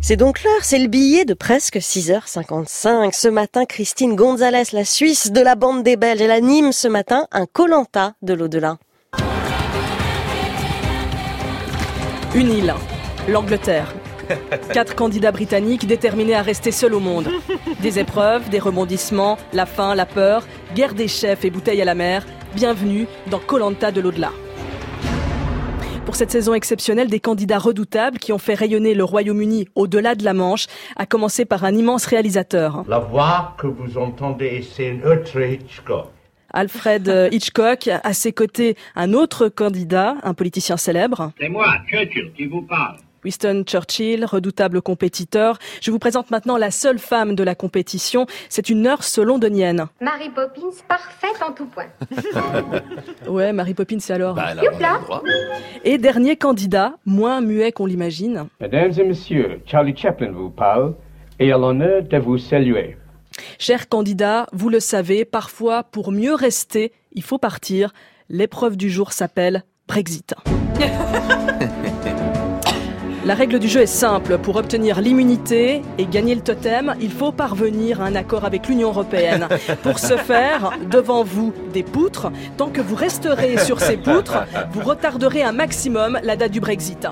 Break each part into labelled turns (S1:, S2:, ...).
S1: C'est donc l'heure, c'est le billet de presque 6h55. Ce matin, Christine Gonzalez, la Suisse de la bande des Belges, elle anime ce matin un Colanta de l'au-delà.
S2: Une île, l'Angleterre. Quatre candidats britanniques déterminés à rester seuls au monde. Des épreuves, des rebondissements, la faim, la peur, guerre des chefs et bouteilles à la mer. Bienvenue dans Colanta de l'au-delà. Pour cette saison exceptionnelle, des candidats redoutables qui ont fait rayonner le Royaume-Uni au-delà de la Manche, à commencer par un immense réalisateur.
S3: La voix que vous entendez, c'est Alfred Hitchcock.
S2: Alfred euh, Hitchcock, à ses côtés, un autre candidat, un politicien célèbre.
S4: C'est moi, Churchill, qui vous parle.
S2: Winston Churchill, redoutable compétiteur. Je vous présente maintenant la seule femme de la compétition. C'est une nurse londonienne.
S5: Mary Poppins, parfaite en tout point.
S2: Ouais, Mary Poppins, c'est alors.
S6: Bah, là, on a le droit.
S2: Et dernier candidat, moins muet qu'on l'imagine.
S7: Mesdames et messieurs, Charlie Chaplin vous parle et a l'honneur de vous saluer.
S2: Chers candidats, vous le savez, parfois, pour mieux rester, il faut partir. L'épreuve du jour s'appelle Brexit. La règle du jeu est simple. Pour obtenir l'immunité et gagner le totem, il faut parvenir à un accord avec l'Union européenne. Pour ce faire, devant vous, des poutres. Tant que vous resterez sur ces poutres, vous retarderez un maximum la date du Brexit.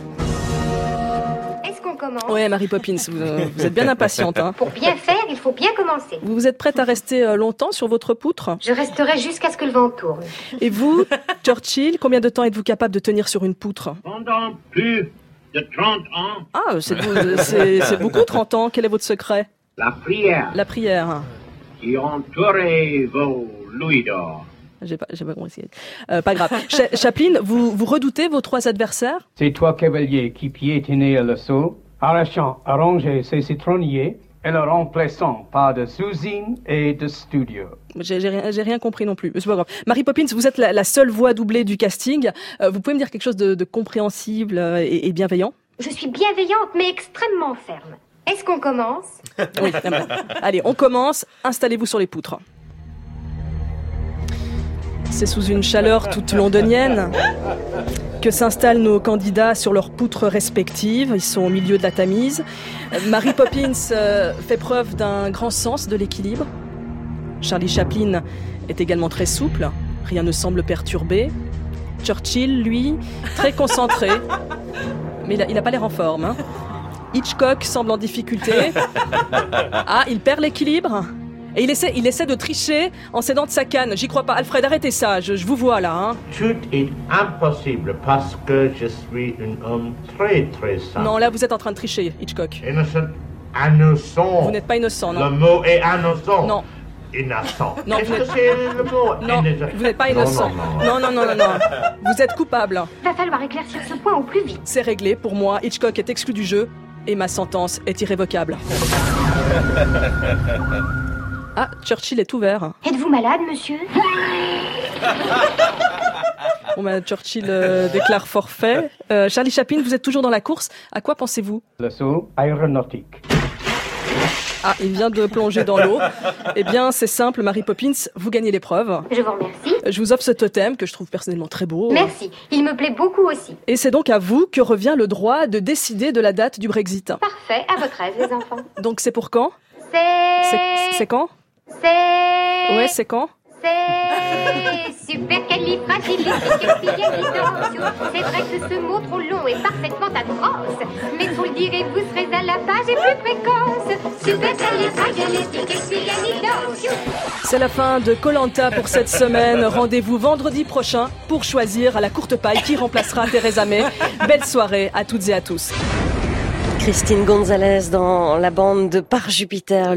S5: Est-ce qu'on commence
S2: Ouais, Mary Poppins, vous, euh, vous êtes bien impatiente. hein.
S5: Pour bien faire, il faut bien commencer.
S2: Vous vous êtes prête à rester euh, longtemps sur votre poutre
S5: Je resterai jusqu'à ce que le vent tourne.
S2: Et vous, Churchill, combien de temps êtes-vous capable de tenir sur une poutre
S4: Pendant plus de 30 ans,
S2: Ah, c'est beau- c'est c'est beaucoup 30 ans. Quel est votre secret
S4: la prière
S2: La prière.
S4: qui entourait vos louis d'or.
S2: J'ai pas, j'ai pas compris. ce qu'il a dit. Euh, pas grave. Cha- Chaplin, vous, vous redoutez vos trois adversaires
S7: Ces trois cavaliers qui piétinaient le sol, arrachant, arrangeaient ses citronniers et le remplaçant par de sous-ines et de studio.
S2: J'ai j'ai rien, j'ai rien compris non plus. C'est pas grave. Marie Poppins, vous êtes la, la seule voix doublée du casting. Euh, vous pouvez me dire quelque chose de, de compréhensible euh, et, et bienveillant
S5: Je suis bienveillante, mais extrêmement ferme. Est-ce qu'on commence
S2: Oui. non, mais- Allez, on commence. Installez-vous sur les poutres. C'est sous une chaleur toute londonienne que s'installent nos candidats sur leurs poutres respectives. Ils sont au milieu de la Tamise. Euh, Mary Poppins euh, fait preuve d'un grand sens de l'équilibre. Charlie Chaplin est également très souple. Rien ne semble perturbé. Churchill, lui, très concentré. Mais il a- il n'a pas l'air en forme. hein. Hitchcock semble en difficulté. Ah, il perd l'équilibre et il essaie, il essaie de tricher en cédant de sa canne. J'y crois pas. Alfred, arrêtez ça. Je, je vous vois là. hein.
S3: Tout est impossible parce que je suis un homme très très simple.
S2: Non, là, vous êtes en train de tricher, Hitchcock.
S3: Innocent, innocent.
S2: Vous n'êtes pas innocent,
S3: Le
S2: non
S3: mot est innocent.
S2: Non.
S3: Innocent.
S2: Non,
S3: Qu'est-ce
S2: vous
S3: que
S2: n'êtes-
S3: c'est le mot
S2: Non,
S3: innocent
S2: vous n'êtes pas innocent.
S3: Non, non, non.
S2: Non, non, non, non, non. Vous êtes coupable.
S5: Va falloir éclaircir ce point au plus vite.
S2: C'est réglé pour moi. Hitchcock est exclu du jeu et ma sentence est irrévocable. Ah, Churchill est ouvert.
S5: Êtes-vous malade, monsieur
S2: Bon, bah, Churchill euh, déclare forfait. Euh, Charlie Chaplin, vous êtes toujours dans la course. À quoi pensez-vous
S7: Le sol aéronautique.
S2: Ah, il vient de plonger dans l'eau. Eh bien, c'est simple, Mary Poppins, vous gagnez l'épreuve.
S5: Je vous remercie.
S2: Je vous offre ce totem que je trouve personnellement très beau.
S5: Merci. Il me plaît beaucoup aussi.
S2: Et c'est donc à vous que revient le droit de décider de la date du Brexit.
S5: Parfait. À votre aise, les enfants.
S2: Donc c'est pour quand C'est c'est
S5: C'est.
S2: quand
S5: C'est.
S2: Ouais, c'est quand
S5: C'est super C'est vrai que ce mot trop long est parfaitement atroce. Mais vous le direz, vous serez à la page et plus précoce. Super
S2: C'est la fin de Colanta pour cette semaine. Rendez-vous vendredi prochain pour choisir à la courte paille qui remplacera Theresa May. Belle soirée à toutes et à tous.
S1: Christine Gonzalez dans la bande de Par Jupiter.